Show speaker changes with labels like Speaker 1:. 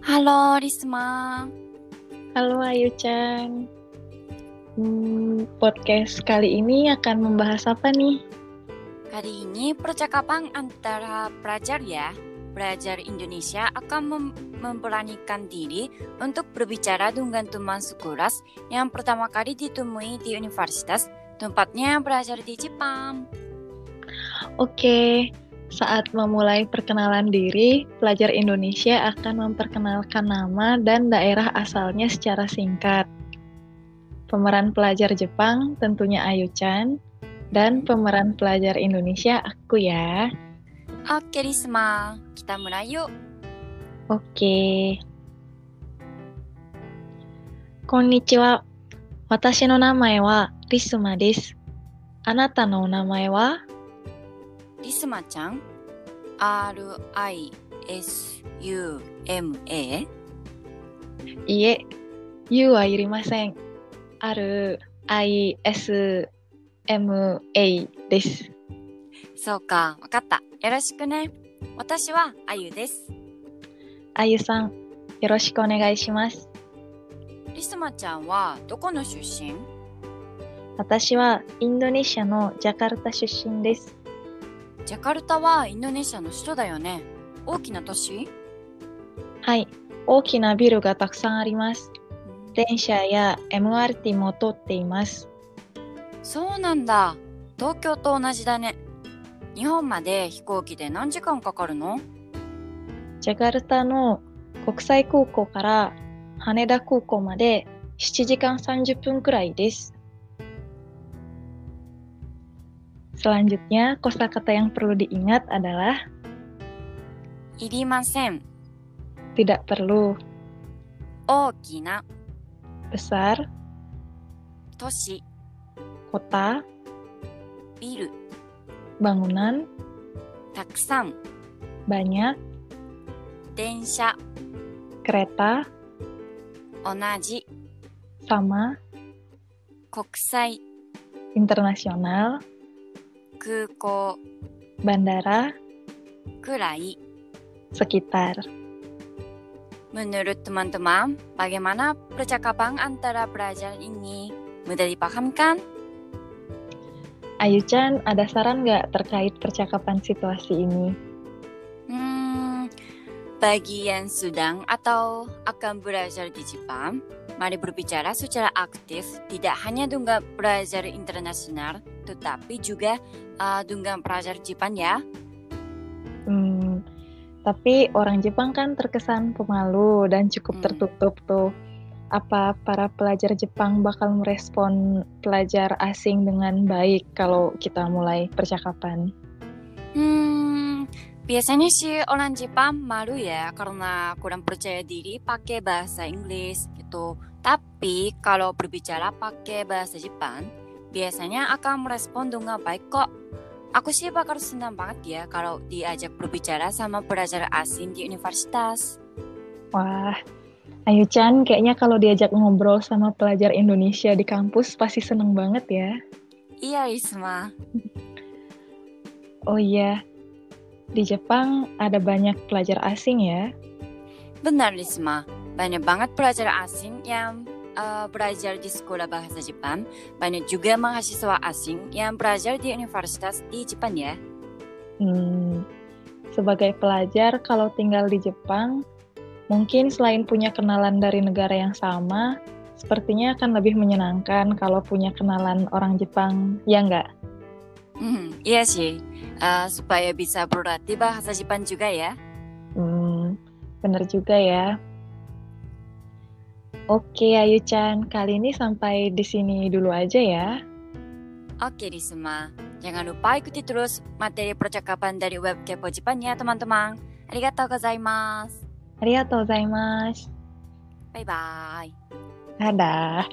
Speaker 1: ハロー、リスマン。
Speaker 2: Halo Ayu Chan. Hmm, podcast kali ini akan membahas apa nih?
Speaker 1: Kali ini percakapan antara pelajar ya, pelajar Indonesia akan mem- memberanikan diri untuk berbicara dengan teman sekelas yang pertama kali ditemui di universitas, tempatnya belajar di Jepang.
Speaker 2: Oke, saat memulai perkenalan diri, pelajar Indonesia akan memperkenalkan nama dan daerah asalnya secara singkat. Pemeran pelajar Jepang tentunya Ayu Chan dan pemeran pelajar Indonesia aku ya.
Speaker 1: Oke, Risma, kita mulai yuk.
Speaker 2: Oke.こんにちは。私の名前はリスマです。あなたのお名前は
Speaker 1: リスマちゃん ?R-I-S-U-M-A?
Speaker 2: いえ、U はいりません。R I S M A です。
Speaker 1: そうか、わかった。よろしくね。私はあゆです。
Speaker 2: あゆさん、よろしくお願いします。
Speaker 1: リスマちゃんはどこの出身
Speaker 2: 私はインドネシアのジャカルタ出身です。
Speaker 1: ジャカルタはインドネシアの首都だよね。大きな都市
Speaker 2: はい、大きなビルがたくさんあります。電車や MRT も通っています。
Speaker 1: そうなんだ。東京と同じだね。日本まで飛行機で何時間かかるの
Speaker 2: ジャカルタの国際空港から羽田空港まで7時間30分くらいです。Selanjutnya, kosakata yang perlu diingat adalah
Speaker 1: いりません。
Speaker 2: tidak perlu,
Speaker 1: 大きな
Speaker 2: besar,
Speaker 1: 都市、
Speaker 2: kota,
Speaker 1: ビル、
Speaker 2: bangunan,
Speaker 1: たくさん、
Speaker 2: banyak,
Speaker 1: 電車、
Speaker 2: kereta,
Speaker 1: 同じ、
Speaker 2: sama,
Speaker 1: 国際、
Speaker 2: internasional,
Speaker 1: 空港、
Speaker 2: bandara,
Speaker 1: くらい。
Speaker 2: sekitar.
Speaker 1: Menurut teman-teman, bagaimana percakapan antara pelajar ini? Mudah dipahamkan?
Speaker 2: Ayu Chan, ada saran nggak terkait percakapan situasi ini?
Speaker 1: Hmm, bagi yang sedang atau akan belajar di Jepang, mari berbicara secara aktif, tidak hanya dengan pelajar internasional, tetapi juga eh, dengan pelajar Jepang ya.
Speaker 2: Hmm, tapi orang Jepang kan terkesan pemalu dan cukup
Speaker 1: Hmm.
Speaker 2: tertutup tuh. Apa para pelajar Jepang bakal merespon pelajar asing dengan baik kalau kita mulai percakapan?
Speaker 1: Hmm, biasanya sih orang Jepang malu ya karena kurang percaya diri pakai bahasa Inggris gitu. Tapi kalau berbicara pakai bahasa Jepang, biasanya akan merespon dengan baik kok. Aku sih bakal senang banget ya kalau diajak berbicara sama pelajar asing di universitas.
Speaker 2: Wah, Ayu Chan kayaknya kalau diajak ngobrol sama pelajar Indonesia di kampus pasti seneng banget ya.
Speaker 1: Iya, Isma.
Speaker 2: Oh iya, di Jepang ada banyak pelajar asing ya.
Speaker 1: Benar, Isma. Banyak banget pelajar asing yang eh, belajar di sekolah bahasa Jepang. Banyak juga mahasiswa asing yang belajar di universitas di Jepang ya.
Speaker 2: Hmm, sebagai pelajar kalau tinggal di Jepang, mungkin selain punya kenalan dari negara yang sama, sepertinya akan lebih menyenangkan kalau punya kenalan orang Jepang, ya nggak?
Speaker 1: Hmm, iya sih. Eh, supaya bisa berlatih bahasa Jepang juga ya.
Speaker 2: Hmm, bener juga ya. Oke Ayu Chan, kali ini sampai di sini dulu aja ya.
Speaker 1: Oke, Risma. Jangan lupa ikuti terus materi percakapan dari web Kepo Jepang ya, teman-teman. Arigatou gozaimasu.
Speaker 2: Arigatou gozaimasu.
Speaker 1: Bye-bye.
Speaker 2: Dadah.